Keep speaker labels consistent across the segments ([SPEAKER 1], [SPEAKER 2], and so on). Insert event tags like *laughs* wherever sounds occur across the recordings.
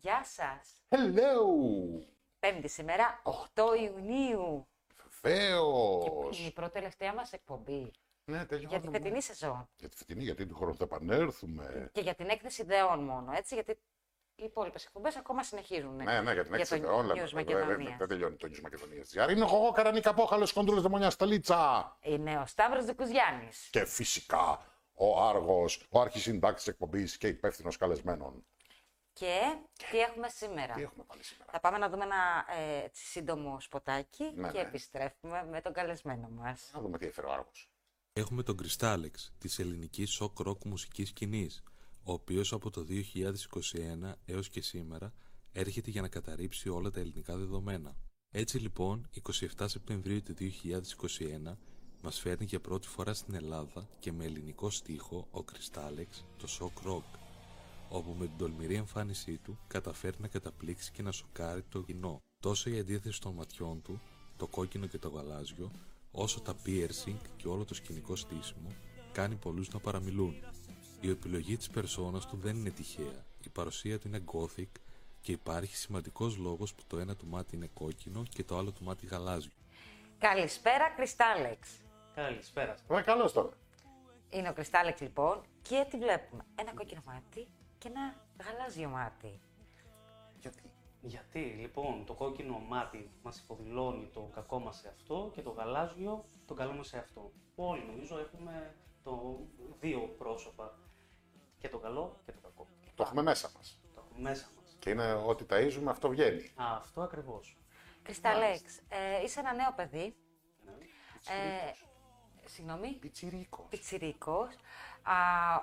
[SPEAKER 1] Γεια σας.
[SPEAKER 2] Hello!
[SPEAKER 1] Πέμπτη σήμερα, 8 Ιουνίου.
[SPEAKER 2] Βεβαίως!
[SPEAKER 1] Είναι η πρώτη τελευταία μας εκπομπή
[SPEAKER 2] Ναι, τέλειο
[SPEAKER 1] για τη
[SPEAKER 2] χρόνο.
[SPEAKER 1] φετινή σεζόν.
[SPEAKER 2] Για τη φετινή, γιατί του χρόνου θα επανέλθουμε.
[SPEAKER 1] Και για την έκθεση ιδεών μόνο, έτσι, γιατί οι υπόλοιπες εκπομπές ακόμα συνεχίζουν.
[SPEAKER 2] Ναι, ναι, για την
[SPEAKER 1] Για
[SPEAKER 2] έξι
[SPEAKER 1] το
[SPEAKER 2] όλα.
[SPEAKER 1] News
[SPEAKER 2] βέβαια,
[SPEAKER 1] Μακεδονίας.
[SPEAKER 2] βέβαια, Δεν τελειώνει το News Μακεδονίας. Άρα είναι εγώ, Καρανίκα Πόχαλο, Κοντούλο Δαιμονιάς Σταλίτσα.
[SPEAKER 1] Είναι ο Σταύρος Δικουζιάννης.
[SPEAKER 2] Και φυσικά ο Άργος, ο αρχισυντάκτης εκπομπής και υπεύθυνος καλεσμένων.
[SPEAKER 1] Και τι έχουμε σήμερα.
[SPEAKER 2] Τι έχουμε πάλι σήμερα.
[SPEAKER 1] Θα πάμε να δούμε ένα ε, έτσι, σύντομο σποτάκι
[SPEAKER 2] Ναι,
[SPEAKER 1] και
[SPEAKER 2] ναι.
[SPEAKER 1] επιστρέφουμε με τον καλεσμένο μας.
[SPEAKER 2] Να δούμε τι έφερε ο Άργος.
[SPEAKER 3] Έχουμε τον Κρυστάλεξ της ελληνικής σοκ ροκ μουσικής σκηνής, ο οποίος από το 2021 έως και σήμερα έρχεται για να καταρρύψει όλα τα ελληνικά δεδομένα. Έτσι λοιπόν, 27 Σεπτεμβρίου του 2021 μας φέρνει για πρώτη φορά στην Ελλάδα και με ελληνικό στίχο ο Κρυστάλεξ το σοκ ροκ, όπου με την τολμηρή εμφάνισή του καταφέρει να καταπλήξει και να σοκάρει το κοινό. Τόσο η αντίθεση των ματιών του, το κόκκινο και το γαλάζιο, όσο τα piercing και όλο το σκηνικό στήσιμο κάνει πολλούς να παραμιλούν. Η επιλογή της περσόνας του δεν είναι τυχαία. Η παρουσία του είναι gothic και υπάρχει σημαντικός λόγος που το ένα του μάτι είναι κόκκινο και το άλλο του μάτι γαλάζιο.
[SPEAKER 1] Καλησπέρα, Κρυστάλεξ.
[SPEAKER 4] Καλησπέρα. σας.
[SPEAKER 2] Ρε, καλώς τώρα.
[SPEAKER 1] Είναι ο Κρυστάλεξ λοιπόν και τι βλέπουμε. Ένα κόκκινο μάτι και ένα γαλάζιο μάτι.
[SPEAKER 2] Γιατί.
[SPEAKER 4] Γιατί λοιπόν το κόκκινο μάτι μας υποδηλώνει το κακό μας σε αυτό και το γαλάζιο τον καλό μας σε αυτό. Όλοι νομίζω έχουμε το δύο πρόσωπα. Και το καλό και το κακό.
[SPEAKER 2] Το έχουμε μέσα μας.
[SPEAKER 4] Το έχουμε μέσα μας.
[SPEAKER 2] Και είναι ό,τι ταΐζουμε, αυτό βγαίνει.
[SPEAKER 4] Αυτό ακριβώς.
[SPEAKER 1] Κρυσταλέξ, ε, είσαι ένα νέο παιδί.
[SPEAKER 4] Ναι.
[SPEAKER 1] Ε, συγγνώμη,
[SPEAKER 2] Πιτσιρίκος.
[SPEAKER 1] πιτσιρίκος. Α,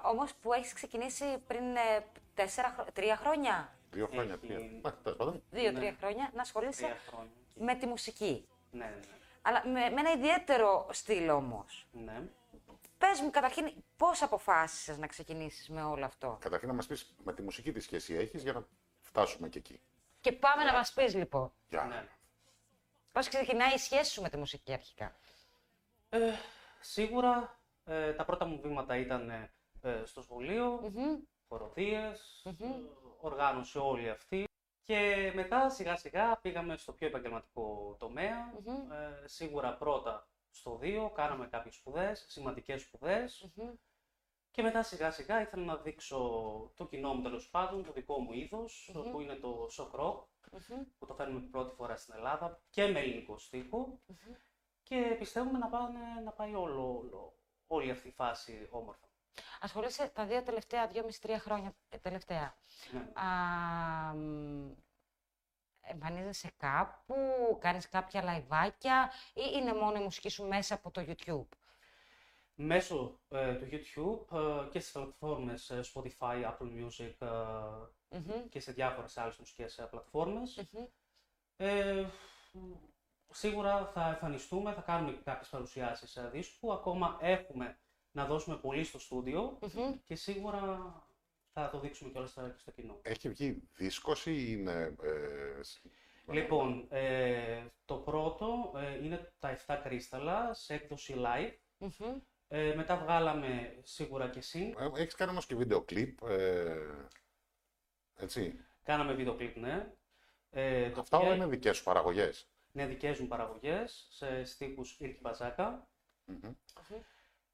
[SPEAKER 1] όμως που έχεις ξεκινήσει πριν ε, τέσσερα, χρο- τρία χρόνια,
[SPEAKER 2] Δύο χρόνια.
[SPEAKER 4] Έχει-
[SPEAKER 2] τρία. Ε, τέλος πάντων.
[SPEAKER 1] δύο-τρία χρόνια, να ασχολείσαι
[SPEAKER 4] Τρία χρόνια.
[SPEAKER 1] με τη μουσική.
[SPEAKER 4] Ναι, ναι,
[SPEAKER 1] Αλλά με, με ένα ιδιαίτερο στυλ όμως.
[SPEAKER 4] ναι. ναι.
[SPEAKER 1] Πες μου καταρχήν πώς αποφάσισες να ξεκινήσεις με όλο αυτό.
[SPEAKER 2] Καταρχήν να μας πεις με τη μουσική τι σχέση έχεις για να φτάσουμε και εκεί.
[SPEAKER 1] Και πάμε να μας πεις λοιπόν,
[SPEAKER 2] Για.
[SPEAKER 4] ναι.
[SPEAKER 1] πώς ξεκινάει η σχέση σου με τη μουσική αρχικά.
[SPEAKER 4] Ε, σίγουρα ε, τα πρώτα μου βήματα ήταν ε, στο σχολειο χοροδίες, οργάνωσε όλη αυτή. Και μετά σιγά σιγά πήγαμε στο πιο επαγγελματικό τομέα.
[SPEAKER 1] Μμμ.
[SPEAKER 4] Ε, σίγουρα πρώτα στο 2 κάναμε κάποιες σπουδές, σημαντικές σπουδές.
[SPEAKER 1] Μμμ.
[SPEAKER 4] Και μετά σιγά σιγά ήθελα να δείξω το κοινό μου τέλος πάντων, το δικό μου ειδος
[SPEAKER 1] Μμμ.
[SPEAKER 4] που είναι το shock rock,
[SPEAKER 1] Μμμ.
[SPEAKER 4] που το φέρνουμε πρώτη φορά στην Ελλάδα και με ελληνικό στίχο.
[SPEAKER 1] Μμμ.
[SPEAKER 4] Και πιστεύουμε να, πάνε, να πάει όλο, όλο- όλη αυτή η φάση όμορφα.
[SPEAKER 1] Ασχολείσαι τα δύο τελευταία, δυόμιση-τρία χρόνια ε, τελευταία.
[SPEAKER 4] Ναι.
[SPEAKER 1] Α, μ, εμφανίζεσαι κάπου, κάνεις κάποια λαϊβάκια ή είναι μόνο η μουσική σου μέσα από το YouTube.
[SPEAKER 4] μέσω ε, του YouTube ε, και στις πλατφόρμες ε, Spotify, Apple Music ε,
[SPEAKER 1] Μμμ,
[SPEAKER 4] και σε διάφορες άλλες μουσικές ε, πλατφόρμες.
[SPEAKER 1] μμμ.
[SPEAKER 4] Ε, σίγουρα θα εμφανιστούμε, θα κάνουμε κάποιες παρουσιάσεις ε, δίσκου. Ακόμα έχουμε να δώσουμε πολύ στο στούντιο
[SPEAKER 1] Μμμ.
[SPEAKER 4] και σίγουρα θα το δείξουμε κιόλας στα- και στο κοινό.
[SPEAKER 2] Έχει βγει δίσκος ή είναι... Ε, σ-
[SPEAKER 4] Λοιπόν, ε, το πρώτο ε, είναι τα 7 κρίσταλα σε έκδοση live.
[SPEAKER 1] Μμμ.
[SPEAKER 4] Ε, μετά βγάλαμε σίγουρα και sync.
[SPEAKER 2] ε, Έχεις κάνει όμως και βίντεο κλιπ, ε, έτσι.
[SPEAKER 4] Κάναμε βίντεο κλιπ, ναι. Ε, το
[SPEAKER 2] Αυτά
[SPEAKER 4] οποίο
[SPEAKER 2] όλα είναι δικές σου παραγωγές.
[SPEAKER 4] είναι Ναι, δικές μου παραγωγές, σε στίχους Ήρκη Μπαζάκα
[SPEAKER 2] Μμμ.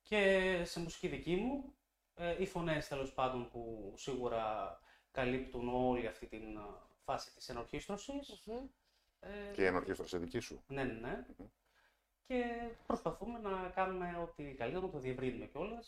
[SPEAKER 4] και σε μουσική δική μου. Ε, οι φωνές τέλος πάντων που σίγουρα καλύπτουν όλη αυτή την α, φάση της ενορχήστρωσης.
[SPEAKER 1] Μμμ.
[SPEAKER 4] Ε,
[SPEAKER 2] Και η ενορχήστρωση δική σου.
[SPEAKER 4] Ναι, ναι, ναι. Και προσπαθούμε να κάνουμε ό,τι καλύτερο, να το διευρύνουμε κιόλας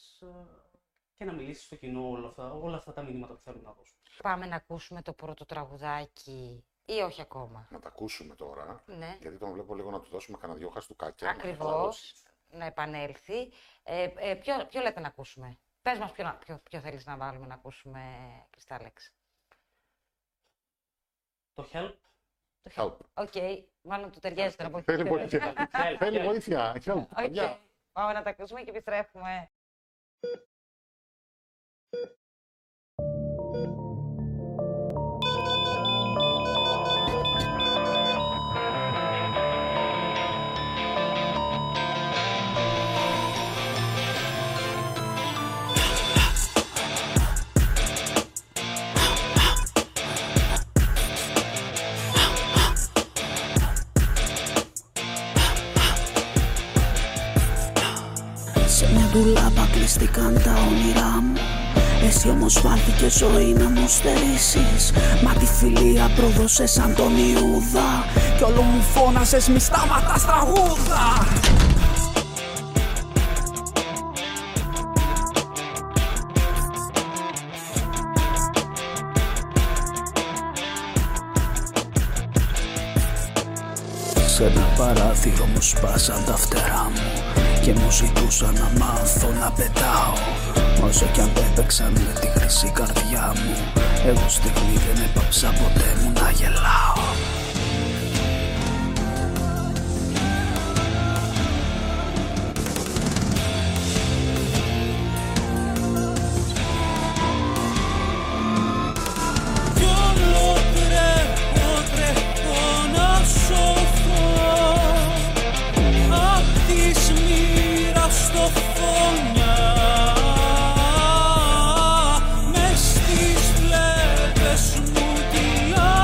[SPEAKER 4] και να μιλήσει στο κοινό όλα αυτά, όλα αυτά τα μηνύματα που θέλουμε να δώσουμε.
[SPEAKER 1] Πάμε να ακούσουμε το πρώτο τραγουδάκι ή όχι ακόμα.
[SPEAKER 2] Να τα ακούσουμε τώρα,
[SPEAKER 1] Ναι,
[SPEAKER 2] γιατί τον βλέπω λίγο να του δώσουμε κανένα δυο χαστούκάκια.
[SPEAKER 1] ακριβώς, να επανέλθει. Ε, ε, ποιο, ποιο λέτε να ακούσουμε. Πες μας ποιο, να- ποιο, ποιο θέλεις να βάλουμε να ακούσουμε, Κρυστάλεξ.
[SPEAKER 4] Το help.
[SPEAKER 1] Το χ-
[SPEAKER 2] Help.
[SPEAKER 1] Οκ, μάλλον του ταιριάζει τώρα. από εκεί.
[SPEAKER 2] Θέλει
[SPEAKER 4] *laughs*
[SPEAKER 2] βοήθεια.
[SPEAKER 4] help,
[SPEAKER 2] Θέλει
[SPEAKER 4] help.
[SPEAKER 2] βοήθεια. Help.
[SPEAKER 1] Οκ.
[SPEAKER 2] παιδιά.
[SPEAKER 1] Πάμε να τα ακούσουμε και επιστρέφουμε.
[SPEAKER 5] ντουλάπα κλειστήκαν τα όνειρά μου Εσύ όμως φάθηκε ζωή να μου στερήσεις Μα τη φιλία πρόδωσες σαν τον Ιούδα Κι όλο μου φώνασες μη σταματάς τραγούδα Σε ένα παράθυρο μου σπάσαν τα φτερά μου Και μου ζητούσαν να μάθω να πετάω Όσο κι αν έπαιξαν με τη χρυσή καρδιά μου Εγώ στιγμή δεν έπαψα ποτέ μου να γελάω
[SPEAKER 6] Yo no creo, no Απ' της μοίρας το φωνιά Μες στις βλέπες μου κυλά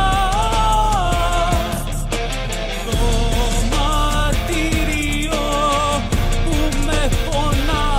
[SPEAKER 6] Το μαρτύριο που με πονά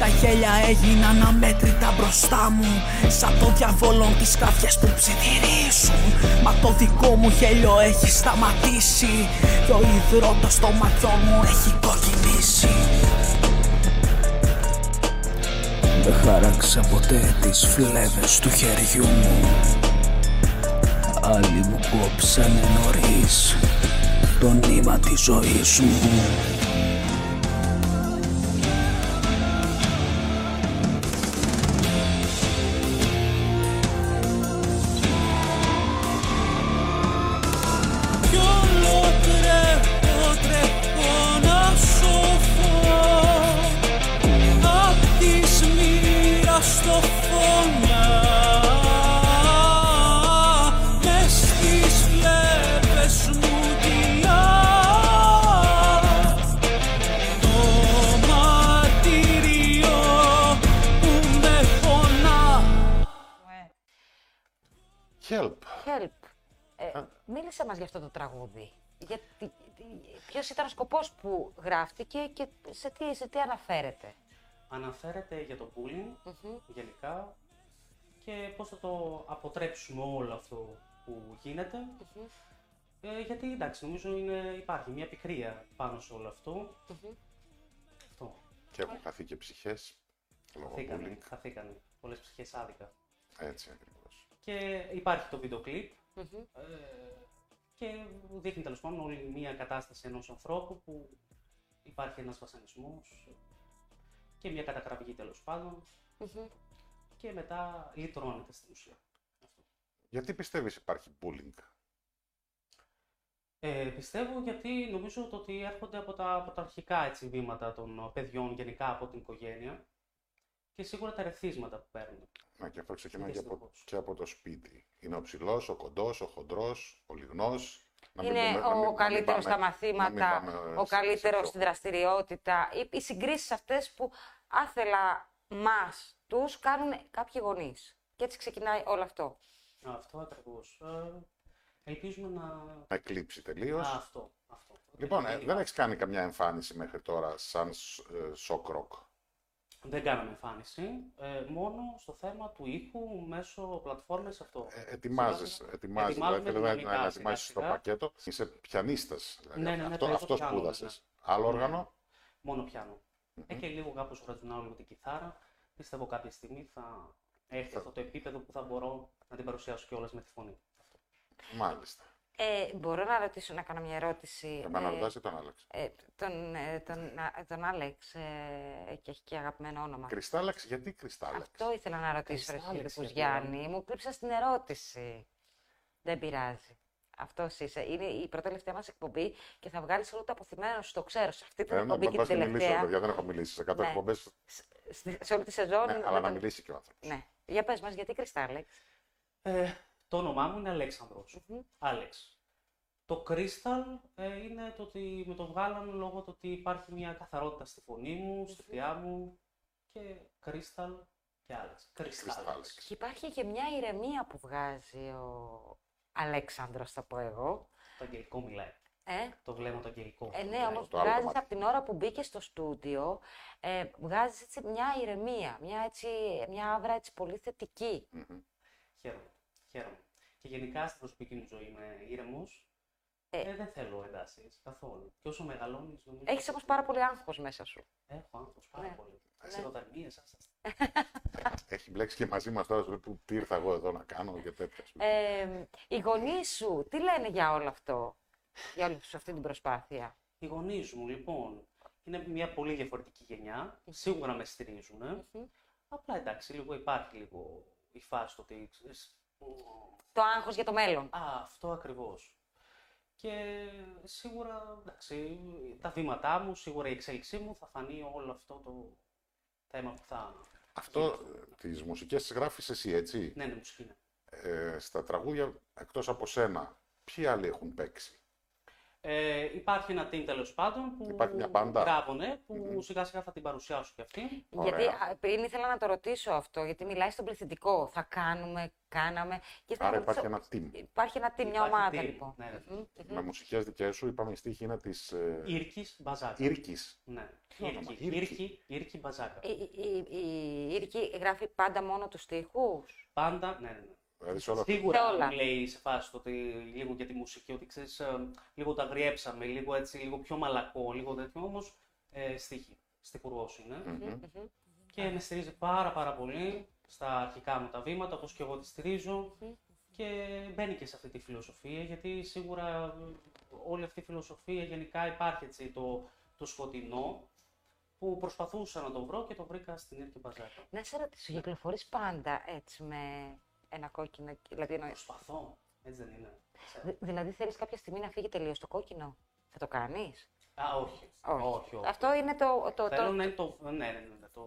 [SPEAKER 5] Τα γέλια έγιναν αμέτρητα μπροστά μου Σαν το διαβόλο τις καφιές που ψιθυρίζουν Μα το δικό μου γέλιο έχει σταματήσει Και ο υδρότος στο ματιό μου έχει κοκκινήσει Δεν χάραξα ποτέ τις φλέβες του χεριού μου Άλλοι μου κόψανε νωρίς το νήμα της ζωής μου
[SPEAKER 6] Κι όλο τρέχω, τρέχω να σωθώ Απ' της μοίρας το φωνιά Μες στις φλέβες μου κυλά Το μαρτύριο που με πονά
[SPEAKER 2] Help.
[SPEAKER 1] Help. Ε, μίλησε μας για αυτό το τραγούδι. Γιατί, ποιος ήταν ο σκοπός που γράφτηκε και σε τι, σε τι αναφέρεται.
[SPEAKER 4] Αναφέρεται για το bullying γενικά και πώς θα το αποτρέψουμε όλο αυτό που γίνεται. Ε, γιατί εντάξει, νομίζω είναι, υπάρχει μια πικρία πάνω σε όλο αυτό. Αυτό.
[SPEAKER 2] Και έχουν χαθεί και ψυχές. Λόγω
[SPEAKER 4] Χαθήκανε,
[SPEAKER 2] bullying.
[SPEAKER 4] χαθήκανε. Πολλές ψυχές άδικα.
[SPEAKER 2] Έτσι ακριβώς.
[SPEAKER 4] Και υπάρχει το βίντεο κλιπ Ε, και δείχνει τέλος πάντων όλη μια κατάσταση ενός ανθρώπου που υπάρχει ένας βασανισμός και μια καταγραφή τέλος πάντων και μετά λυτρώνεται στην ουσία.
[SPEAKER 2] Γιατί πιστεύεις υπάρχει bullying.
[SPEAKER 4] Ε, πιστεύω γιατί νομίζω το ότι έρχονται από τα πρωταρχικά έτσι, βήματα των παιδιών γενικά από την οικογένεια και σίγουρα τα ρεθίσματα που παίρνουν.
[SPEAKER 2] Να και αυτό ξεκινάει και από,
[SPEAKER 4] Δυστυχώς.
[SPEAKER 2] και από το σπίτι. Είναι ο ψηλός, ο κοντός, ο χοντρός, ο λιγνός.
[SPEAKER 1] Είναι ο καλύτερο στα μαθήματα, ο καλύτερο στη δραστηριότητα. Οι, οι συγκρίσεις αυτές που άθελα μας τους κάνουν κάποιοι γονείς. Και έτσι ξεκινάει όλο αυτό.
[SPEAKER 4] Αυτό ακριβώς. Ε, ελπίζουμε να...
[SPEAKER 2] Να εκλείψει τελείως.
[SPEAKER 4] Α, αυτό. αυτό.
[SPEAKER 2] Λοιπόν, ε,
[SPEAKER 4] Ε,
[SPEAKER 2] δεν έχεις κάνει καμιά εμφάνιση μέχρι τώρα σαν σ- ε, σοκ ροκ.
[SPEAKER 4] Δεν κάναμε εμφάνιση, ε, μόνο στο θέμα του ήχου μέσω πλατφόρμες αυτό.
[SPEAKER 2] Ε, Ετοιμάζεις, ετοιμάζεις. Δηλαδή
[SPEAKER 4] Ετοιμάζουμε
[SPEAKER 2] θέλω να,
[SPEAKER 4] δυναμικά,
[SPEAKER 2] να ετοιμάσει το
[SPEAKER 4] σιγά-σιγά.
[SPEAKER 2] πακέτο. Είσαι πιανίστας. Δηλαδή.
[SPEAKER 4] Ναι, ναι, ναι,
[SPEAKER 2] αυτό
[SPEAKER 4] παίζω
[SPEAKER 2] αυτό
[SPEAKER 4] πιάνο,
[SPEAKER 2] σπούδασες.
[SPEAKER 4] ναι.
[SPEAKER 2] Άλλο
[SPEAKER 4] Ναι.
[SPEAKER 2] όργανο.
[SPEAKER 4] Μόνο πιάνο. Ε, και λίγο κάπως ρατζουνάω λίγο την κιθάρα. Πιστεύω κάποια στιγμή θα έρθει αυτό το επίπεδο που θα μπορώ να την παρουσιάσω κιόλας με τη φωνή.
[SPEAKER 2] Μάλιστα.
[SPEAKER 1] Ε, μπορώ να ρωτήσω, να κάνω μια ερώτηση.
[SPEAKER 2] Επαναρωτά ή τον άλλαξε.
[SPEAKER 1] ε, τον, ε, τον, α, τον Άλεξ, ε, και έχει και αγαπημένο όνομα.
[SPEAKER 2] Κρυστάλλαξε, γιατί κρυστάλλαξε.
[SPEAKER 1] Αυτό ήθελα να ρωτήσω,
[SPEAKER 4] Κρυστάλλεξε,
[SPEAKER 1] Ρεσίλη
[SPEAKER 4] γιατί
[SPEAKER 1] Γιάννη. Μου κρύψα την ερώτηση. Δεν πειράζει. Αυτό είσαι. Είναι η πρώτη-τελευταία μας εκπομπή και θα βγάλεις όλο το αποθυμένο σου. Το ξέρω. Σε αυτή την
[SPEAKER 2] Ε, να
[SPEAKER 1] εκπομπή και
[SPEAKER 2] να
[SPEAKER 1] την
[SPEAKER 2] μιλήσω,
[SPEAKER 1] τελευταία.
[SPEAKER 2] παιδιά, δεν έχω μιλήσει. Σε κάτω
[SPEAKER 1] Ναι.
[SPEAKER 2] εκπομπές,
[SPEAKER 1] Σ- στη- σε όλη τη σεζόν.
[SPEAKER 2] ναι,
[SPEAKER 1] δεν
[SPEAKER 2] αλλά να
[SPEAKER 1] τον-
[SPEAKER 2] μιλήσει και ο άνθρωπος.
[SPEAKER 1] Ναι, Για πες μας, γιατί Κρυστάλλεξ.
[SPEAKER 4] Ε, το όνομά μου είναι Αλέξανδρος. Άλεξ. Το Crystal ε, είναι το ότι με το βγάλαν λόγω του ότι υπάρχει μια καθαρότητα στη φωνή μου, στη θεία μου και Crystal και Άλεξ. Crystal.
[SPEAKER 2] Κρυστάλλεξ.
[SPEAKER 1] Και υπάρχει και μια ηρεμία που βγάζει ο Αλέξανδρος, θα πω εγώ.
[SPEAKER 4] Το αγγελικό μιλάει.
[SPEAKER 1] Ε,
[SPEAKER 4] Το βλέμμα το αγγελικό.
[SPEAKER 1] Ε, ναι,
[SPEAKER 4] μιλάει.
[SPEAKER 1] όμως
[SPEAKER 2] το άλλο
[SPEAKER 1] βγάζεις
[SPEAKER 2] κομμάτι.
[SPEAKER 1] από την ώρα που μπήκες στο στούντιο, ε, βγάζεις έτσι μια ηρεμία, μια, έτσι, μια άβρα έτσι πολύ θετική.
[SPEAKER 4] Δηλαδή, Χαίρομαι. Χαίρομαι. Και γενικά στην προσωπική μου ζωή είμαι ήρεμος.
[SPEAKER 1] Ε.
[SPEAKER 4] Ε. δεν θέλω εντάσεις καθόλου. Και όσο μεγαλώνεις.
[SPEAKER 1] Έχει όμως πάρα πολύ άγχος μέσα σου.
[SPEAKER 4] Έχω άγχος πάρα
[SPEAKER 1] Ναι.
[SPEAKER 4] πολύ. Ξεροδαρμίε,
[SPEAKER 2] Έχει μπλέξει και μαζί μα τώρα που τι ήρθα εγώ εδώ να κάνω και τέτοια. σου.
[SPEAKER 1] Ε, οι γονείς σου τι λένε για όλο αυτό, για όλη σου αυτή την προσπάθεια.
[SPEAKER 4] Οι γονείς μου, λοιπόν, είναι μια πολύ διαφορετική γενιά. Σίγουρα με στηρίζουν.
[SPEAKER 1] Ε. Μμμ.
[SPEAKER 4] Απλά εντάξει, λίγο υπάρχει λίγο η φάση το ότι. ξέρεις, «Ω,
[SPEAKER 1] Το άγχος για το μέλλον.
[SPEAKER 4] Α, αυτό ακριβώς. Και σίγουρα, εντάξει, τα βήματά μου, σίγουρα η εξέλιξή μου θα φανεί όλο αυτό το θέμα που θα.
[SPEAKER 2] Αυτό τις μουσικές τι γράφεις εσύ, έτσι.
[SPEAKER 4] Ναι, ναι, μουσική είναι.
[SPEAKER 2] Ε, στα τραγούδια, εκτός από σένα, ποιοι άλλοι έχουν παίξει.
[SPEAKER 4] Ε, υπάρχει ένα team τέλος πάντων που.
[SPEAKER 2] Υπάρχει μια μπάντα.
[SPEAKER 4] Μπράβο, ναι, που σιγά σιγά θα την παρουσιάσω κι αυτή.
[SPEAKER 2] Ωραία.
[SPEAKER 1] Γιατί α, πριν ήθελα να το ρωτήσω αυτό, γιατί μιλάει στον πληθυντικό. Θα κάνουμε, κάναμε. Και ήθελα
[SPEAKER 2] Άρα
[SPEAKER 1] να ρωτήσω-
[SPEAKER 2] υπάρχει ένα team.
[SPEAKER 1] Υπάρχει ένα team, μια
[SPEAKER 4] Υπάρχει
[SPEAKER 1] ομάδα
[SPEAKER 4] team,
[SPEAKER 1] λοιπόν.
[SPEAKER 4] ναι, ρε.
[SPEAKER 1] Μμμ, μμμ.
[SPEAKER 2] Με μουσικές δικές σου, είπαμε η στίχη είναι της ε,
[SPEAKER 4] Ήρκης Μπαζάκα.
[SPEAKER 2] Ήρκης.
[SPEAKER 4] Ναι.
[SPEAKER 2] Τι όνομα,
[SPEAKER 4] Ήρκη,
[SPEAKER 2] Ήρκη.
[SPEAKER 4] Ήρκη, Ήρκη Μπαζάκα.
[SPEAKER 1] Η- η- η- Η Ήρκη γράφει πάντα μόνο τους στίχους.
[SPEAKER 4] Πάντα, ναι, ναι. ναι.
[SPEAKER 2] Δηλαδή σε όλα
[SPEAKER 1] Σε
[SPEAKER 4] Σίγουρα
[SPEAKER 1] όλα.
[SPEAKER 4] μου λέει σε φάση το ότι λίγο για τη μουσική, ότι ξέρεις, ε, λίγο τα γριέψαμε, λίγο έτσι, λίγο πιο μαλακό, λίγο τέτοιο, όμως ε, στίχη, στιχουργός είναι.
[SPEAKER 2] Μμμ.
[SPEAKER 1] Μμμ.
[SPEAKER 4] Και με στηρίζει πάρα πάρα πολύ στα αρχικά μου τα βήματα, όπως και εγώ τη στηρίζω. Και μπαίνει και σε αυτή τη φιλοσοφία, γιατί σίγουρα μ, όλη αυτή η φιλοσοφία γενικά υπάρχει έτσι το, το σκοτεινό, που προσπαθούσα να το βρω και το βρήκα στην Ήρκη Μπαζάκα.
[SPEAKER 1] Να σε ρωτήσω, κυκλοφορείς πάντα έτσι με ένα κόκκινο, δηλαδή εννοείς-
[SPEAKER 4] Προσπαθώ, έτσι δεν είναι.
[SPEAKER 1] Δη- Δηλαδή θέλεις κάποια στιγμή να φύγει τελείως το κόκκινο. Θα το κάνεις.
[SPEAKER 4] Α, όχι.
[SPEAKER 1] Όχι.
[SPEAKER 4] όχι, όχι.
[SPEAKER 1] Αυτό είναι το, το,
[SPEAKER 4] Θέλω
[SPEAKER 1] το,
[SPEAKER 4] να είναι το, ναι, ναι, ναι, ναι, το,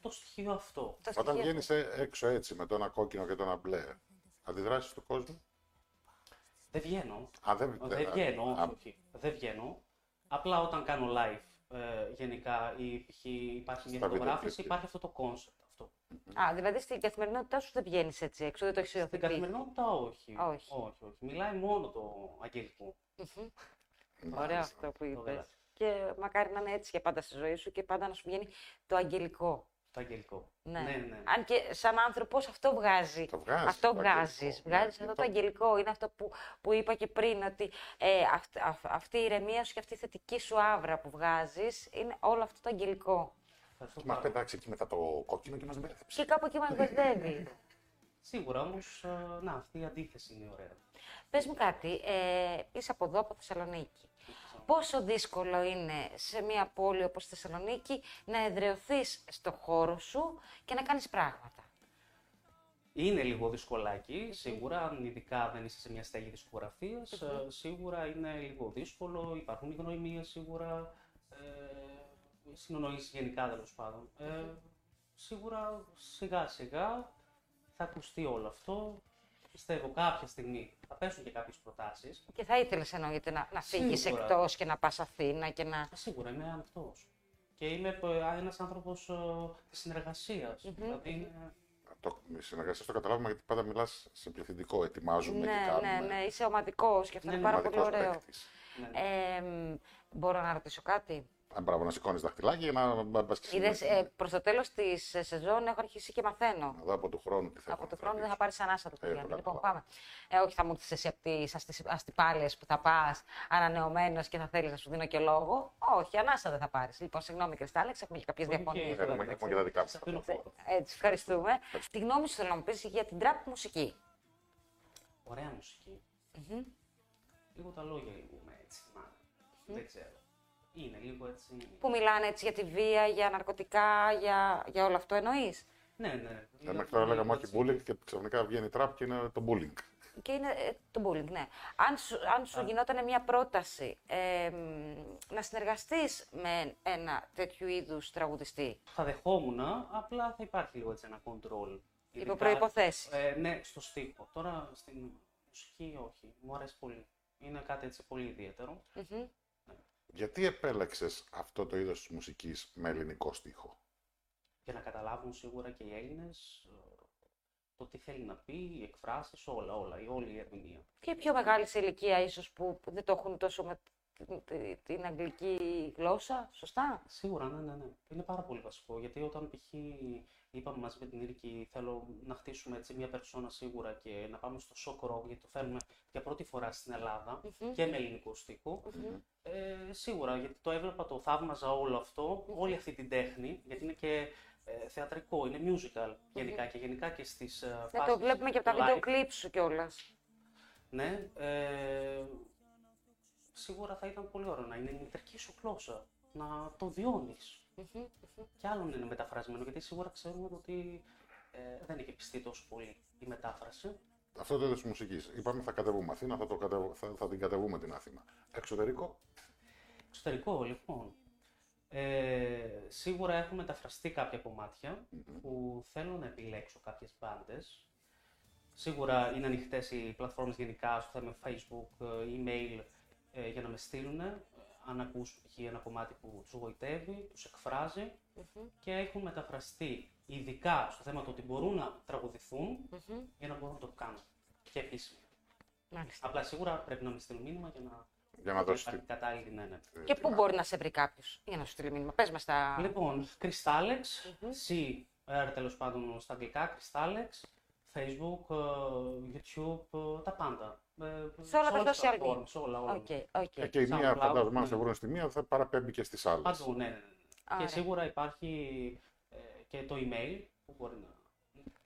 [SPEAKER 4] το στοιχείο αυτό.
[SPEAKER 1] το
[SPEAKER 2] Όταν
[SPEAKER 1] στοιχείο.
[SPEAKER 2] βγαίνεις έξω έτσι με το ένα κόκκινο και το ένα μπλε, αντιδράσεις του κόσμου.
[SPEAKER 4] Δεν βγαίνω.
[SPEAKER 2] Α, δεν, Ναι,
[SPEAKER 4] Δεν βγαίνω,
[SPEAKER 2] α,
[SPEAKER 4] όχι, όχι. Δεν βγαίνω. Απλά όταν κάνω live, ε, γενικά, ή π.χ. υπάρχει μια
[SPEAKER 2] Στα
[SPEAKER 4] φωτογράφηση,
[SPEAKER 2] βίντεο
[SPEAKER 4] υπάρχει αυτό το concept αυτό.
[SPEAKER 1] Α, δηλαδή στην καθημερινότητά σου δεν βγαίνεις έτσι έξω, δεν το έχεις
[SPEAKER 4] Στην
[SPEAKER 1] υιοθετήσει.
[SPEAKER 4] καθημερινότητα, όχι.
[SPEAKER 1] Όχι.
[SPEAKER 4] όχι, όχι. Μιλάει μόνο το αγγελικό.
[SPEAKER 1] Μμμ.
[SPEAKER 2] ναι, μάλιστα.
[SPEAKER 1] Ωραίο αυτό που
[SPEAKER 4] ναι, Το,
[SPEAKER 1] είπες.
[SPEAKER 4] γράφει,
[SPEAKER 1] Και μακάρι να είναι έτσι για πάντα στη ζωή σου και πάντα να σου βγαίνει το αγγελικό.
[SPEAKER 4] το αγγελικό.
[SPEAKER 1] Ναι.
[SPEAKER 4] ναι. ναι.
[SPEAKER 1] Αν και σαν άνθρωπος αυτό βγάζει.
[SPEAKER 2] Το βγάζεις.
[SPEAKER 1] Αυτό
[SPEAKER 2] το
[SPEAKER 1] βγάζεις.
[SPEAKER 2] αγγελικό.
[SPEAKER 1] Βγάζεις
[SPEAKER 2] Ναι,
[SPEAKER 1] αυτό το αγγελικό. Είναι αυτό που, που είπα και πριν, ότι ε, αυτ- αυ- αυτή η ηρεμία σου και αυτή η θετική σου άβρα που βγάζεις είναι όλο αυτό το αγγελικό.
[SPEAKER 4] Ευχαριστώ
[SPEAKER 2] Μα
[SPEAKER 4] πάρα πολύ.
[SPEAKER 2] πετάξει εκεί μετά το κόκκινο και μας μπέρδεψε.
[SPEAKER 1] Και κάπου
[SPEAKER 2] *laughs*
[SPEAKER 1] εκεί μας μπερδεύει.
[SPEAKER 4] Σίγουρα όμως, να, αυτή η αντίθεση είναι ωραία.
[SPEAKER 1] Πες μου κάτι, ε, είσαι από εδώ, από Θεσσαλονίκη. Πόσο δύσκολο είναι σε μια πόλη όπως η Θεσσαλονίκη να εδρεωθείς στο χώρο σου και να κάνεις πράγματα.
[SPEAKER 4] Είναι λίγο δυσκολάκι, σίγουρα, αν ειδικά δεν είσαι σε μια στέγη δισκογραφίας, σίγουρα είναι λίγο δύσκολο. Υπάρχουν γνωριμίε σίγουρα, ε, συνεννοήσει γενικά τέλος πάντων. Ε, σίγουρα σιγά σιγά θα ακουστεί όλο αυτό. Πιστεύω κάποια στιγμή θα πέσουν και κάποιες προτάσεις.
[SPEAKER 1] Και θα ήθελες εννοείται να, να φύγεις
[SPEAKER 4] Σίγουρα.
[SPEAKER 1] εκτός και να πας Αθήνα και να...
[SPEAKER 4] Σίγουρα είμαι ανοιχτός. Και είμαι ε, ένας άνθρωπος της συνεργασίας. Δηλαδή, είναι-
[SPEAKER 2] Το συνεργασία το καταλάβουμε γιατί πάντα μιλάς σε πληθυντικό. Ετοιμάζουμε και
[SPEAKER 1] Ναι, ναι,
[SPEAKER 2] κάνουμε.
[SPEAKER 1] ναι, είσαι ομαδικός και αυτό
[SPEAKER 4] Ναι,
[SPEAKER 1] είναι
[SPEAKER 4] ναι,
[SPEAKER 1] πάρα πολύ
[SPEAKER 2] Ομαδικός
[SPEAKER 1] ωραίο.
[SPEAKER 2] παίκτης.
[SPEAKER 4] ναι, ναι.
[SPEAKER 1] Ε, μ, μπορώ να ρωτήσω κάτι.
[SPEAKER 2] Α, Ε, μπράβο, να σηκώνεις δαχτυλάκι για να μπα και στη
[SPEAKER 1] Είδες,
[SPEAKER 2] συνέχεια.
[SPEAKER 1] ε, προς το τέλος της ε, σεζόν έχω αρχίσει και μαθαίνω.
[SPEAKER 2] Να δω από του χρόνου τι θα
[SPEAKER 1] Από
[SPEAKER 2] έχω
[SPEAKER 1] το
[SPEAKER 2] να
[SPEAKER 1] χρόνο δεν θα
[SPEAKER 2] τραβήξω.
[SPEAKER 1] πάρεις ανάσα το
[SPEAKER 2] Ε,
[SPEAKER 1] παιδιά.
[SPEAKER 2] το
[SPEAKER 1] Λοιπόν,
[SPEAKER 2] κατάλαβα.
[SPEAKER 1] πάμε. Ε, όχι, θα μου έρθει εσύ από τι αστυπάλες που θα πας ανανεωμένος και θα θέλεις να σου δίνω και λόγο. Όχι, ανάσα δεν θα πάρεις. Λοιπόν, συγγνώμη, Κρυστάλλεξ, έχουμε και κάποιες
[SPEAKER 4] Όχι,
[SPEAKER 1] διαφωνίε.
[SPEAKER 4] και-
[SPEAKER 2] Έχουμε- Έχουμε και τα δικά
[SPEAKER 4] Σε
[SPEAKER 2] σου.
[SPEAKER 4] αφήνω χώρο.
[SPEAKER 1] Έτσι, ευχαριστούμε. Τη γνώμη σου θέλω να μου πεις για την τραπ μουσική.
[SPEAKER 4] ωραία μουσική. Λίγο τα λόγια λίγο με έτσι, μα, δεν ξέρω. Είναι λίγο έτσι.
[SPEAKER 1] Που μιλάνε έτσι για τη βία, για ναρκωτικά, για, για όλο αυτό εννοείς.
[SPEAKER 4] Ναι, ναι. λίγο
[SPEAKER 2] Ε, Μέχρι τώρα
[SPEAKER 4] λίγο
[SPEAKER 2] λέγαμε όχι
[SPEAKER 4] έτσι.
[SPEAKER 1] Ναι,
[SPEAKER 2] bullying και ξαφνικά βγαίνει η τραπ και είναι το bullying.
[SPEAKER 1] Και είναι ε, το bullying, ναι. Αν σου, αν σου γινόταν μια πρόταση ε, μ, να συνεργαστείς με ένα τέτοιου είδους τραγουδιστή,
[SPEAKER 4] Θα δεχόμουν, απλά θα υπάρχει λίγο έτσι ένα control.
[SPEAKER 1] Υπό προποθέσει.
[SPEAKER 4] Ε, ναι, στο στίχο. Τώρα στην μουσική όχι. Μου αρέσει πολύ. Είναι κάτι έτσι πολύ ιδιαίτερο.
[SPEAKER 2] Γιατί επέλεξες αυτό το είδος της μουσικής με ελληνικό στίχο.
[SPEAKER 4] Για να καταλάβουν σίγουρα και οι Έλληνες ε, το τι θέλει να πει, οι εκφράσεις, όλα, όλα, η όλη η ερμηνεία.
[SPEAKER 1] Και πιο μεγάλη σε ηλικία, ίσως που δεν το έχουν τόσο με την- την- την αγγλική γλώσσα, σωστά.
[SPEAKER 4] Σίγουρα, ναι, ναι, ναι. Είναι πάρα πολύ βασικό. Γιατί όταν π.χ. είπαμε μαζί με την Ήρκη, θέλω να χτίσουμε έτσι μια περσόνα σίγουρα και να πάμε στο shock rock, γιατί το φέρνουμε για πρώτη φορά στην ελλαδα και με ελληνικό στίχο. Ε, σίγουρα, γιατί το έβλεπα, το θαύμαζα όλο αυτό, όλη αυτή την τέχνη, γιατί είναι και ε, θεατρικό, είναι musical γενικά και γενικά και στις ε,
[SPEAKER 1] Να Ναι, το
[SPEAKER 4] φάσεις
[SPEAKER 1] βλέπουμε και από τα
[SPEAKER 4] του live.
[SPEAKER 1] βίντεο κλίπ σου κιόλας.
[SPEAKER 4] Ναι, ε, σίγουρα θα ήταν πολύ ωραίο να είναι η μητρική σου γλώσσα, να το βιώνεις. Και άλλον είναι μεταφρασμένο, γιατί σίγουρα ξέρουμε ότι ε, δεν έχει πιστεί τόσο πολύ η μετάφραση.
[SPEAKER 2] Αυτό το είδος της μουσικής. Είπαμε θα κατεβούμε Αθήνα, θα, το κατεβ- θα, θα την κατεβούμε την Αθήνα. Εξωτερικό,
[SPEAKER 4] Εξωτερικό, λοιπόν. Ε, σίγουρα έχουν μεταφραστεί κάποια κομμάτια που θέλω να επιλέξω κάποιες μπάντες. Σίγουρα είναι ανοιχτές οι πλατφόρμες γενικά στο θέμα facebook, ε, email ε, για να με στείλουν. Αν ακούσουν π.χ. ένα κομμάτι που τους γοητεύει, τους εκφραζει και έχουν μεταφραστεί ειδικά στο θέμα το ότι μπορούν να τραγουδηθουν για να μπορούν να το κάνουν και επίσημα.
[SPEAKER 1] Μάλιστα.
[SPEAKER 4] Απλά σίγουρα πρέπει να με στείλουν μήνυμα για να,
[SPEAKER 2] για να δώσεις
[SPEAKER 4] υπάρχει
[SPEAKER 2] την...
[SPEAKER 4] κατάλληλη ναι, ναι.
[SPEAKER 1] Και πού μπορεί να σε βρει κάποιος για να σου στείλει μήνυμα. Πες μας τα.
[SPEAKER 4] Λοιπόν, Crystalex, C, R τέλος πάντων στα αγγλικά, Crystalex, Facebook, ε, YouTube, ε, τα πάντα. Ε,
[SPEAKER 1] Σε όλα τα
[SPEAKER 4] όλες τις
[SPEAKER 1] social media.
[SPEAKER 4] platforms, Σε όλα, όλα.
[SPEAKER 1] Οκ, οκ.
[SPEAKER 2] Ε, και η μία,
[SPEAKER 4] SoundCloud,
[SPEAKER 2] φαντάζομαι, αν
[SPEAKER 4] ναι.
[SPEAKER 2] σε βρουν στη μία, θα παραπέμπει και στις άλλες.
[SPEAKER 4] Παντού, ναι. ναι, ναι.
[SPEAKER 1] Άρα.
[SPEAKER 4] Και σίγουρα υπάρχει ε, και το email που μπορεί να,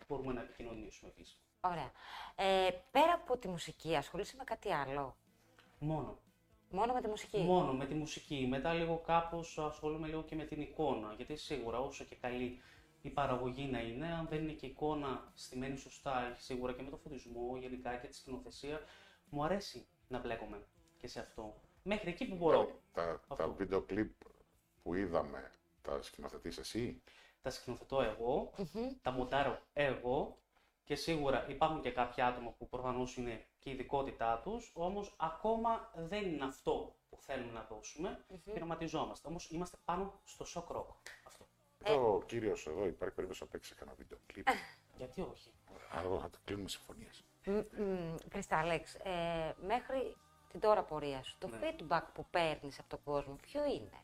[SPEAKER 4] μπορούμε να επικοινωνήσουμε επίσης.
[SPEAKER 1] Ωραία. Ε, πέρα από τη μουσική, ασχολείσαι με κάτι άλλο.
[SPEAKER 4] Μόνο.
[SPEAKER 1] Μόνο με τη μουσική.
[SPEAKER 4] Μόνο με τη μουσική. Μετά λίγο κάπως ασχολούμαι λίγο και με την εικόνα. Γιατί σίγουρα όσο και καλή η παραγωγή να είναι, αν δεν είναι και η εικόνα στημένη σωστά, σίγουρα και με το φωτισμό γενικά και τη σκηνοθεσία, μου αρέσει να μπλέκομαι και σε αυτό. Μέχρι εκεί που μπορώ.
[SPEAKER 2] Τα, τα
[SPEAKER 4] Αυτό.
[SPEAKER 2] βίντεο κλιπ που είδαμε, τα σκηνοθετείς εσύ.
[SPEAKER 4] Τα σκηνοθετώ εγώ, τα μοντάρω εγώ και σίγουρα υπάρχουν και κάποια άτομα που προφανώς είναι και η ειδικότητά τους, όμως ακόμα δεν είναι αυτό που θέλουμε να δώσουμε. Πειραματιζόμαστε, όμως είμαστε πάνω στο shock rock αυτό.
[SPEAKER 2] Εδώ ο κύριος εδώ υπάρχει περίπτωση να παίξει κανένα βίντεο κλιπ.
[SPEAKER 4] Ε. Γιατί όχι.
[SPEAKER 2] Άρα εδώ θα το κλείνουμε συμφωνίες.
[SPEAKER 1] Κρυσταλέξ, ε, μέχρι την τώρα πορεία σου, το feedback που παίρνεις από τον κόσμο, ποιο είναι.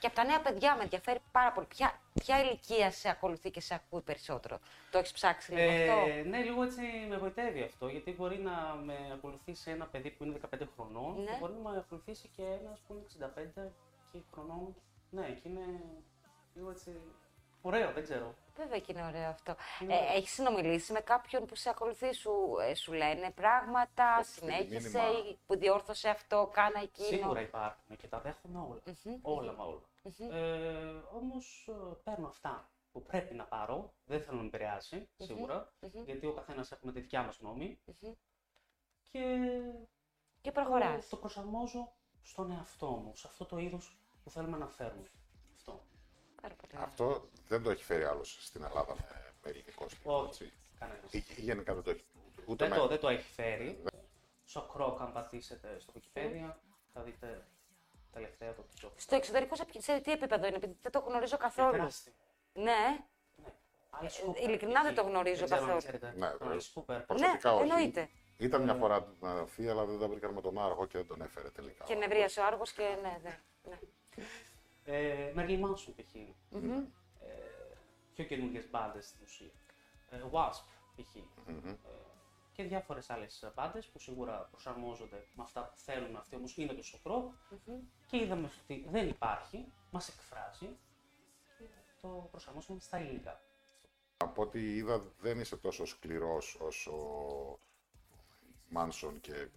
[SPEAKER 1] Και από τα νέα παιδιά με ενδιαφέρει πάρα πολύ. Ποια, ποια ηλικία σε ακολουθεί και σε ακούει περισσότερο. Το έχεις ψάξει λίγο αυτό.
[SPEAKER 4] Ε, ναι, λίγο έτσι με γοητεύει αυτό, γιατί μπορεί να με ακολουθήσει ένα παιδί που είναι 15 χρονών
[SPEAKER 1] Ναι.
[SPEAKER 4] και μπορεί να με ακολουθήσει και ένα που είναι 65 και χρονών. Ναι, και είναι λίγο έτσι ωραίο, δεν ξέρω.
[SPEAKER 1] Βέβαια και είναι ωραίο αυτό.
[SPEAKER 4] Ναι.
[SPEAKER 1] Ε, έχεις συνομιλήσει με κάποιον που σε ακολουθεί, σου, ε, σου λένε πράγματα,
[SPEAKER 2] Έχεις στείλει
[SPEAKER 1] συνέχισε,
[SPEAKER 2] μήνυμα.
[SPEAKER 1] ή που διόρθωσε αυτό, κάνα εκείνο.
[SPEAKER 4] Σίγουρα υπάρχουν και τα δέχομαι όλα. Όλα μα όλα. Ε, Όμως παίρνω αυτά που πρέπει να πάρω. Δεν θέλω να με επηρεάσει, σίγουρα, γιατί ο καθένας έχουμε τη δικιά μας γνώμη. Και
[SPEAKER 1] Και
[SPEAKER 4] το,
[SPEAKER 1] προχωράς.
[SPEAKER 4] το προσαρμόζω στον εαυτό μου, σε αυτό το είδος που θέλουμε να φέρουμε. Αυτό.
[SPEAKER 1] Πάρα πολύ ωραία.
[SPEAKER 2] Αυτό δεν το έχει φέρει άλλος στην Ελλάδα με, με ελληνικό στίχο,
[SPEAKER 4] Όχι,
[SPEAKER 2] έτσι.
[SPEAKER 4] κανένας.
[SPEAKER 2] Ή- ή Γενικά δεν το έχει. Ούτε
[SPEAKER 4] Δεν
[SPEAKER 2] με-
[SPEAKER 4] το, δεν το έχει φέρει. Σοκρόκ, αν πατήσετε στο Wikipedia, θα δείτε τελευταία το πίσω.
[SPEAKER 1] Στο εξωτερικό σε, ποιο- σε τι επίπεδο είναι, επειδή δεν το γνωρίζω καθόλου.
[SPEAKER 4] Τεράστιο.
[SPEAKER 1] Ναι,
[SPEAKER 4] Alice Cooper.
[SPEAKER 1] Ε, ειλικρινά δεν το γνωρίζω
[SPEAKER 4] ξέρω αν
[SPEAKER 1] καθόλου.
[SPEAKER 4] ξέρετε.
[SPEAKER 2] Ναι,
[SPEAKER 4] Τον Alice Cooper.
[SPEAKER 2] Προσωπικά όχι.
[SPEAKER 1] εννοείται.
[SPEAKER 2] Ήταν
[SPEAKER 4] Ε.
[SPEAKER 2] μια φορά την θεία, αλλά δεν τα βρήκαν με τον Άργο και δεν τον έφερε τελικά.
[SPEAKER 1] Και νευρίασε ο Άργος και ναι, ναι. ναι.
[SPEAKER 4] Ε, Marilyn Manson π.χ. Ε, πιο καινούργιες μπάντες στην ουσία. Ε, Wasp π.χ. Ε, και διάφορες άλλες μπάντες που σίγουρα προσαρμόζονται με αυτά που θέλουν αυτοί, όμως είναι το σοκρό. Και είδαμε ότι δεν υπάρχει, μας εκφράζει και το προσαρμόσαμε στα ελληνικά.
[SPEAKER 2] Από ό,τι είδα, δεν είσαι τόσο σκληρός όσο Μάνσον και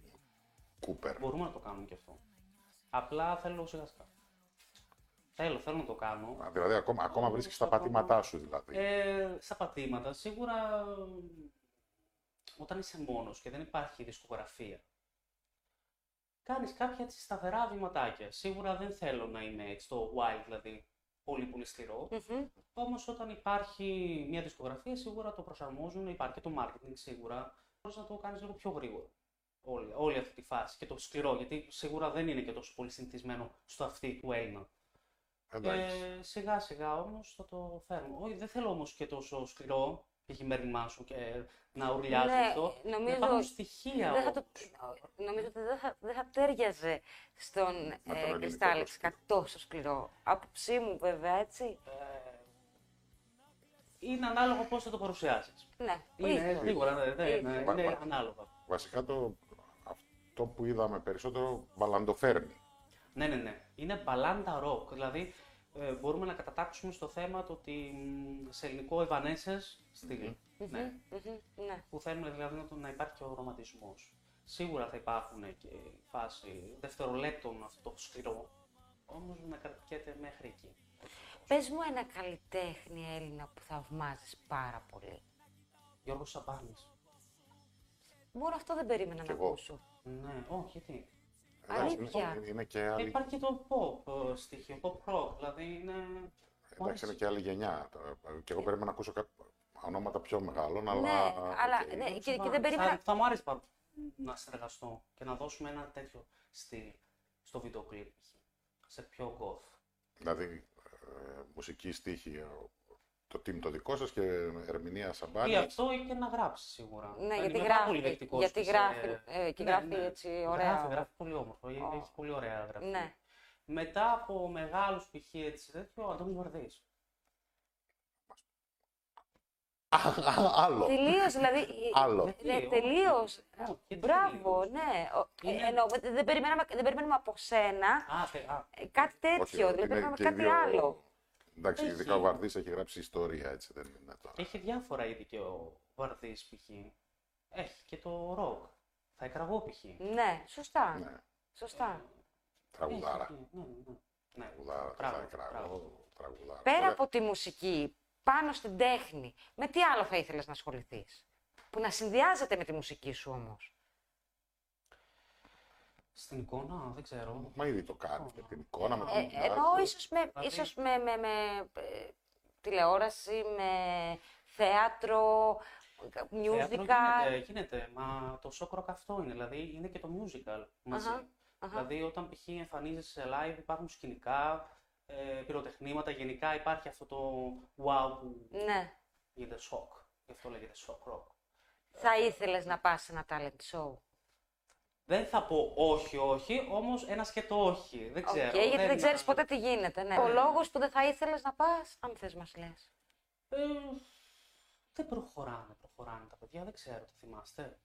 [SPEAKER 2] Κούπερ.
[SPEAKER 4] Μπορούμε να το κάνουμε και αυτό. Απλά θέλω σιγά σιγά. Θέλω, θέλω να το κάνω.
[SPEAKER 2] Δηλαδή, ακόμα, ακόμα βρίσκεις τα πατήματά σου, δηλαδή.
[SPEAKER 4] Ε, στα πατήματα, σίγουρα ε, όταν είσαι μόνος και δεν υπάρχει δισκογραφία, κάνεις κάποια έτσι σταθερά βηματάκια. Σίγουρα δεν θέλω να είμαι έτσι το wild, δηλαδή πολύ πολύ σκληρό.
[SPEAKER 1] Mm.
[SPEAKER 4] Όμως όταν υπάρχει μια δισκογραφία, σίγουρα το προσαρμόζουν, υπάρχει και το marketing σίγουρα. Μπορείς να το κάνεις λίγο πιο γρήγορα. Όλη, όλη αυτή τη φάση και το σκληρό, γιατί σίγουρα δεν είναι και τόσο πολύ συνηθισμένο στο αυτή του Έλληνα.
[SPEAKER 2] Εντάξει.
[SPEAKER 4] Ε, σιγά σιγά όμως θα το φέρουμε. Όχι, δεν θέλω όμως και τόσο σκληρό π.χ. μέρημά σου και να ουρλιάζεις
[SPEAKER 1] Ναι,
[SPEAKER 4] αυτό.
[SPEAKER 1] νομίζω
[SPEAKER 4] Υπάρχουν στοιχεία.
[SPEAKER 1] Δεν θα το,
[SPEAKER 4] όμως.
[SPEAKER 1] νομίζω ότι δεν θα, δεν θα τέριαζε στον
[SPEAKER 2] τον
[SPEAKER 1] ε,
[SPEAKER 2] ελληνικό
[SPEAKER 1] Κρυστάλλεξ
[SPEAKER 2] κόσμο.
[SPEAKER 1] κάτι τόσο σκληρό. Άποψή μου βέβαια, έτσι.
[SPEAKER 4] Είναι ανάλογο πώς θα το παρουσιάσεις.
[SPEAKER 1] Ναι, ο
[SPEAKER 4] Είναι
[SPEAKER 1] ίδιος.
[SPEAKER 4] σίγουρα, δεν- δεν-
[SPEAKER 1] Ίδιο.
[SPEAKER 4] είναι,
[SPEAKER 2] Μα-
[SPEAKER 4] ναι, είναι
[SPEAKER 2] μα-
[SPEAKER 4] ανάλογα.
[SPEAKER 2] Βασικά το, αυτό που είδαμε περισσότερο βαλαντοφέρνει.
[SPEAKER 4] Ναι, ναι, ναι. Είναι μπαλάντα ροκ. Δηλαδή, ε, μπορούμε να κατατάξουμε στο θέμα το ότι μ, σε ελληνικό Evanescence στυλ. Ναι.
[SPEAKER 1] Μμμ, ναι.
[SPEAKER 4] Που θέλουμε δηλαδή να, το- να υπάρχει και ο ρομαντισμός. Σίγουρα θα υπάρχουν και φάση δευτερολέπτων αυτό το σκληρό. Όμως να κρατιέται μέχρι εκεί.
[SPEAKER 1] Πες μου ένα καλλιτέχνη Έλληνα που θαυμάζεις πάρα πολύ.
[SPEAKER 4] Γιώργος Σαμπάνης.
[SPEAKER 1] Μόνο αυτό δεν περίμενα να
[SPEAKER 2] εγώ.
[SPEAKER 1] ακούσω.
[SPEAKER 4] Ναι, όχι, γιατί.
[SPEAKER 2] Εντάξει,
[SPEAKER 1] Αλήθεια.
[SPEAKER 2] Είναι, είναι και άλλη,
[SPEAKER 4] Υπάρχει και το pop ε, στοιχείο, pop rock. Δηλαδή είναι.
[SPEAKER 2] εντάξει, είναι και άλλη γενιά. Το- Και εγώ περίμενα να ακούσω κά- ονόματα πιο μεγάλων, αλλά...
[SPEAKER 1] Ε. ναι, αλλά
[SPEAKER 2] οκ.
[SPEAKER 1] ναι,
[SPEAKER 4] Γιώργος
[SPEAKER 1] και, και δεν
[SPEAKER 4] Σαμπάνης.
[SPEAKER 1] περίμενα.
[SPEAKER 4] Θα, θα μου άρεσε πάρα πολύ να συνεργαστώ και να δώσουμε ένα τέτοιο στυλ στο βίντεο κλιπ. Σε πιο goth.
[SPEAKER 2] Δηλαδή, ε, μουσική στίχη, ε, το team το δικό σας και ερμηνεία
[SPEAKER 4] Ή
[SPEAKER 2] σαμπάνια.
[SPEAKER 4] αυτό ή και να γράψει σίγουρα.
[SPEAKER 1] Ναι, γιατί
[SPEAKER 4] είμαι πάρα πολύ
[SPEAKER 1] γράφει,
[SPEAKER 4] δεκτικός
[SPEAKER 1] γιατί
[SPEAKER 4] και σε-
[SPEAKER 1] γράφει, ε, και
[SPEAKER 4] Ναι,
[SPEAKER 1] γράφει
[SPEAKER 4] ναι.
[SPEAKER 1] έτσι ωραία.
[SPEAKER 4] Γράφει, γράφει πολύ όμορφο.
[SPEAKER 1] Ω.
[SPEAKER 4] Έχει πολύ ωραία γραφή.
[SPEAKER 1] Ναι.
[SPEAKER 4] Μετά από μεγάλους π.χ. έτσι τέτοιο, ο Αντώνης Βαρδής.
[SPEAKER 2] Άλλο.
[SPEAKER 1] Τελείως, δηλαδή.
[SPEAKER 2] Άλλο.
[SPEAKER 1] Ναι,
[SPEAKER 4] Τελείως.
[SPEAKER 1] τελείως.
[SPEAKER 4] Ω, και
[SPEAKER 1] Μπράβο,
[SPEAKER 4] τελείως.
[SPEAKER 1] ναι. Ο-
[SPEAKER 4] Είναι-
[SPEAKER 1] ε, εννοώ, δεν, περιμέναμε, δεν περιμέναμε από σένα
[SPEAKER 4] Α, θε- α,
[SPEAKER 1] ε, κάτι
[SPEAKER 2] Όχι,
[SPEAKER 1] τέτοιο.
[SPEAKER 2] είναι
[SPEAKER 1] δηλαδή, περιμέναμε
[SPEAKER 2] και
[SPEAKER 1] κάτι
[SPEAKER 2] δύο-
[SPEAKER 1] άλλο.
[SPEAKER 2] Εντάξει,
[SPEAKER 4] Έχει.
[SPEAKER 2] ειδικά ο Βαρδής έχει γράψει ιστορία, έτσι δεν είναι τώρα.
[SPEAKER 4] Έχει διάφορα είδη και ο Βαρδής π.χ. Έχει και το ροκ. Θα εκραγώ π.χ. Έχει
[SPEAKER 1] Ναι, σωστά.
[SPEAKER 2] Ναι,
[SPEAKER 1] σωστά.
[SPEAKER 2] τραγουδάρα.
[SPEAKER 4] και- Ναι, ναι, ναι.
[SPEAKER 2] Τραγουδάρα,
[SPEAKER 4] Μπράβο,
[SPEAKER 2] θα εκραγώ,
[SPEAKER 4] μπράβο.
[SPEAKER 2] τραγουδάρα.
[SPEAKER 1] Πέρα
[SPEAKER 2] Τώρα,
[SPEAKER 1] από τη μουσική, πάνω στην τέχνη, με τι άλλο θα ήθελες να ασχοληθείς. Που να συνδυάζεται με τη μουσική σου όμως.
[SPEAKER 4] Στην εικόνα, δεν ξέρω.
[SPEAKER 2] Μα ήδη το κάνει με την εικόνα, με την
[SPEAKER 1] Ε, εννοώ
[SPEAKER 2] μοιράζει.
[SPEAKER 1] ίσως με,
[SPEAKER 4] Δηλαδή-
[SPEAKER 1] ίσως με, με, με, ε, τηλεόραση, με θέατρο, ε, musical.
[SPEAKER 4] Θέατρο
[SPEAKER 2] ε,
[SPEAKER 4] γίνεται, ε, γίνεται, μα το shock rock αυτό είναι, δηλαδή είναι και το musical μαζί.
[SPEAKER 1] Αχα, αχα.
[SPEAKER 4] Δηλαδή όταν π.χ. εμφανίζεσαι σε live υπάρχουν σκηνικά, ε, πυροτεχνήματα, γενικά υπάρχει αυτό το wow που
[SPEAKER 1] Ναι.
[SPEAKER 4] γίνεται shock. Γι' αυτό λέγεται shock rock.
[SPEAKER 1] Θα ήθελες να πας σε ένα talent show.
[SPEAKER 4] Δεν θα πω όχι, όχι, όμως ένα σκέτο όχι. Δεν
[SPEAKER 1] Οκ,
[SPEAKER 4] ξέρω.
[SPEAKER 2] ναι,
[SPEAKER 1] γιατί δεν ξέρει ποτέ τι γίνεται. Ναι. Ο λόγος που δεν θα ήθελες να πας, αν θες, μας λες.
[SPEAKER 4] Ε, δεν προχωράνε, προχωράνε τα παιδιά, δεν ξέρω, το θυμάστε.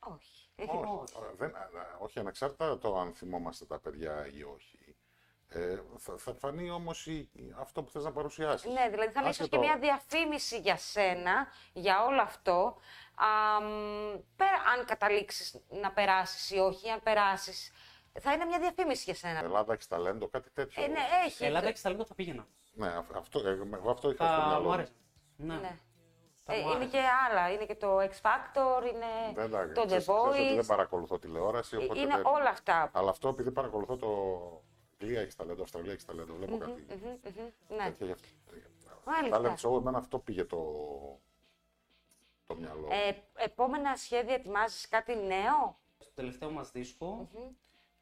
[SPEAKER 1] Όχι.
[SPEAKER 2] Όχι, ε, δεν, α, α, όχι, ανεξάρτητα το αν θυμόμαστε τα παιδιά ή όχι. Ε, θα, θα φανεί όμως η- η- αυτό που θες να παρουσιάσεις.
[SPEAKER 1] Ναι, δηλαδή θα είναι ίσως και
[SPEAKER 2] Άσχετο.
[SPEAKER 1] μια διαφήμιση για σένα, για όλο αυτό. Αμ, πέρα, αν καταλήξεις να περάσεις ή όχι, αν περάσεις. Θα είναι μια διαφήμιση για σένα.
[SPEAKER 2] Ελλάδα έχεις ταλέντο, κάτι τέτοιο.
[SPEAKER 1] Ε, ναι, έχει.
[SPEAKER 4] Ελλάδα και στα λίγο θα πήγαινα.
[SPEAKER 2] Ναι, αυ- αυτό, ε, με- εγώ αυτό είχα στο
[SPEAKER 4] Θα
[SPEAKER 2] μυαλό.
[SPEAKER 4] μου
[SPEAKER 2] μου.
[SPEAKER 4] άρεσε. Ναι.
[SPEAKER 1] Ναι.
[SPEAKER 4] Θα
[SPEAKER 1] Ε,
[SPEAKER 4] μου
[SPEAKER 1] είναι
[SPEAKER 4] άρεσε.
[SPEAKER 1] και άλλα. Είναι και το X Factor, είναι
[SPEAKER 2] Δεν, τα-
[SPEAKER 1] Ε, το The
[SPEAKER 2] ξέρεις- ξέρεις ότι
[SPEAKER 1] Voice. Ε,
[SPEAKER 2] δεν παρακολουθώ τηλεόραση. Οπότε
[SPEAKER 1] είναι
[SPEAKER 2] δεν-
[SPEAKER 1] όλα αυτά.
[SPEAKER 2] Αλλά αυτό επειδή παρακολουθώ το. Αγγλία έχεις ταλέντο, Αυστραλία έχεις ταλέντο. βλέπω κάτι.
[SPEAKER 1] Μμμ, μμμ, ναι.
[SPEAKER 2] τέτοια γι' αυτό.
[SPEAKER 1] Μάλιστα.
[SPEAKER 2] Talent show, εμένα αυτό πήγε το, το μυαλό. μου.
[SPEAKER 1] Ε, επόμενα σχέδια, ετοιμάζεις κάτι νέο.
[SPEAKER 4] Στο τελευταίο μας δίσκο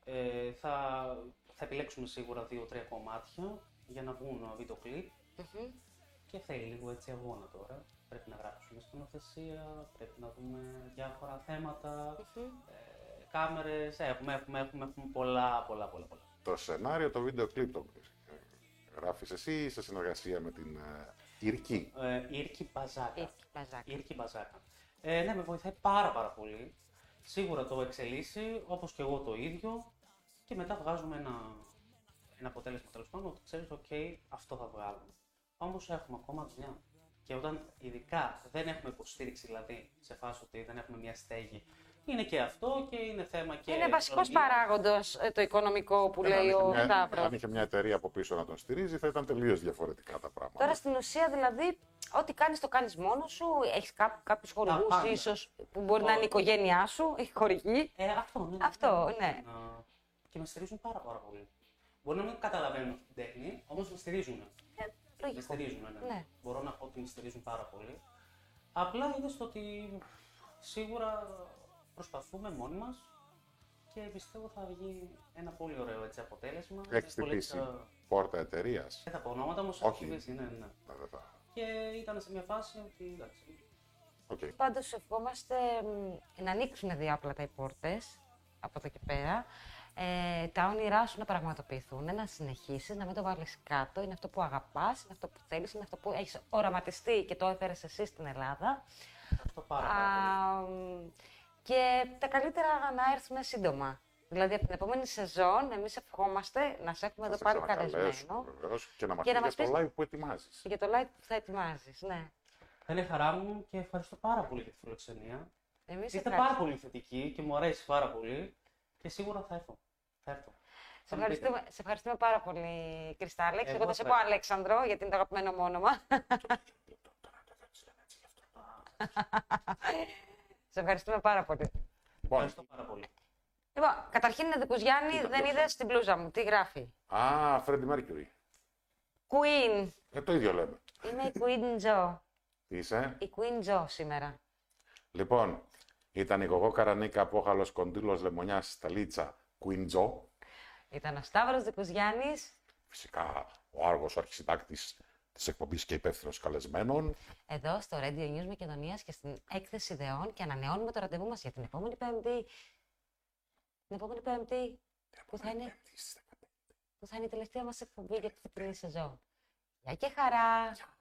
[SPEAKER 4] ε, θα, θα επιλέξουμε σίγουρα δύο-τρία κομμάτια για να βγουν βίντεο κλιπ. Και θέλει λίγο έτσι αγώνα τώρα. Πρέπει να γράψουμε σκηνοθεσία, πρέπει να δούμε διάφορα θέματα, ε, κάμερες, έχουμε, έχουμε, έχουμε, έχουμε πολλά, πολλά, πολλά, πολλά.
[SPEAKER 2] Το σενάριο, το βίντεο κλιπ το γράφεις εσύ ή σε συνεργασία με την ε, Ιρική.
[SPEAKER 4] Ε, Ήρκη Μπαζάκα.
[SPEAKER 1] Ήρκη Μπαζάκα.
[SPEAKER 4] Ήρκη Μπαζάκα. Ε, ναι, με βοηθάει πάρα πάρα πολύ. Σίγουρα το εξελίσσει, όπως και εγώ το ίδιο. Και μετά βγάζουμε ένα, ένα αποτέλεσμα τέλος πάντων ότι ξέρεις, οκ, αυτό θα βγάλουμε. Όμως έχουμε ακόμα δουλειά. Και όταν ειδικά δεν έχουμε υποστήριξη, δηλαδή σε φάση ότι δεν έχουμε μια στέγη, είναι και αυτό και είναι θέμα και.
[SPEAKER 1] είναι βασικός
[SPEAKER 4] τεχνολογίας.
[SPEAKER 1] παράγοντο το οικονομικό που
[SPEAKER 2] Αν
[SPEAKER 1] λέει
[SPEAKER 2] είχε
[SPEAKER 1] ο
[SPEAKER 2] μια-
[SPEAKER 1] Σταύρος.
[SPEAKER 2] Αν είχε μια εταιρεία από πίσω να τον στηρίζει, θα ήταν τελείως διαφορετικά τα πράγματα.
[SPEAKER 1] Τώρα στην ουσία δηλαδή, ό,τι κάνεις το κάνεις μόνος σου. Έχεις κάποιου χορηγούς
[SPEAKER 4] πάντα.
[SPEAKER 1] ίσως που μπορεί να είναι η οικογένειά σου, η χορηγή.
[SPEAKER 4] Ε, αυτό, ναι. ναι,
[SPEAKER 1] Αυτό,
[SPEAKER 4] ναι.
[SPEAKER 1] ναι.
[SPEAKER 4] Να- Και με στηρίζουν πάρα, πάρα πολύ. Μπορεί να μην καταλαβαίνουν αυτή την τέχνη, όμως με στηρίζουν. Με
[SPEAKER 1] Λογικό.
[SPEAKER 4] στηρίζουν, ναι.
[SPEAKER 1] Ναι.
[SPEAKER 4] Μπορώ να πω ότι με στηρίζουν πάρα πολύ. Απλά είναι στο ότι σίγουρα προσπαθούμε μόνοι μας και πιστεύω θα βγει ένα πολύ ωραίο έτσι, αποτέλεσμα.
[SPEAKER 2] Έχει
[SPEAKER 4] Πολύ
[SPEAKER 2] χτυπήσει
[SPEAKER 4] θα-
[SPEAKER 2] πόρτα εταιρείας.
[SPEAKER 4] Δεν θα πω ονόματα, όμως
[SPEAKER 2] Όχι.
[SPEAKER 4] ναι, ναι. Και ήταν σε μια φάση ότι εντάξει,
[SPEAKER 2] Οκ.
[SPEAKER 1] Πάντως ευχόμαστε μ, να ανοίξουν διάπλατα οι πόρτες από εδώ και πέρα. Ε, τα όνειρά σου να πραγματοποιηθούν, να συνεχίσεις, να μην το βάλεις κάτω. Είναι αυτό που αγαπάς, είναι αυτό που θέλεις, είναι αυτό που έχεις οραματιστεί και το έφερες εσύ στην Ελλάδα.
[SPEAKER 4] αυτό πάρα, πάρα πολύ.
[SPEAKER 1] Α, μ, και τα καλύτερα να έρθουν σύντομα. Δηλαδή από την επόμενη σεζόν, εμείς ευχόμαστε να σε έχουμε εδώ πάλι καλεσμένο
[SPEAKER 2] Βεβαίως, και να μα πει
[SPEAKER 1] Και να
[SPEAKER 2] για
[SPEAKER 1] μας
[SPEAKER 2] το
[SPEAKER 1] πεις-
[SPEAKER 2] live που ετοιμάζεις.
[SPEAKER 1] για το live που θα ετοιμάζεις. Ναι.
[SPEAKER 4] Θα είναι χαρά μου και ευχαριστώ πάρα πολύ για τη φιλοξενία.
[SPEAKER 1] Εμείς
[SPEAKER 4] Είστε
[SPEAKER 1] ευχαριστούμε.
[SPEAKER 4] πάρα πολύ θετικοί και μου αρέσει πάρα πολύ και σίγουρα θα έρθω. Θα έρθω.
[SPEAKER 1] Σε ευχαριστούμε, σε ευχαριστούμε πάρα πολύ, Κρυστάλλεξ. Εγώ,
[SPEAKER 4] Εγώ
[SPEAKER 1] θα σε
[SPEAKER 4] θα-
[SPEAKER 1] πω Αλέξανδρο, γιατί είναι το αγαπημένο μου *laughs* όνομα. σε ευχαριστούμε πάρα πολύ.
[SPEAKER 2] Λοιπόν,
[SPEAKER 4] Ευχαριστώ πάρα πολύ.
[SPEAKER 1] Λοιπόν, καταρχήν είναι δικού Γιάννη, δεν είδες την πλούζα μου. Τι γράφει.
[SPEAKER 2] Λοιπόν, α, Freddie Mercury.
[SPEAKER 1] Queen.
[SPEAKER 2] Ε, το ίδιο λέμε.
[SPEAKER 1] Είμαι η Queen Jo.
[SPEAKER 2] Είσαι.
[SPEAKER 1] Η Queen Jo σήμερα.
[SPEAKER 2] Λοιπόν, ήταν η Γογό Καρανίκα, Απόχαλο Κοντήλος Λεμονιάς Σταλίτσα, Κουίντζο.
[SPEAKER 1] Ήταν ο Σταύρος Δικουζιάννης.
[SPEAKER 2] Φυσικά ο Άργος, ο αρχισυντάκτη της εκπομπής και υπεύθυνος καλεσμένων.
[SPEAKER 1] εδώ στο Radio News Μακεδονίας και στην έκθεση ιδεών και ανανεώνουμε το ραντεβού μας για την επόμενη Πέμπτη. Την επόμενη Πέμπτη που θα είναι, που θα είναι η τελευταία μας εκπομπή για αυτή την σεζόν. Γεια και χαρά!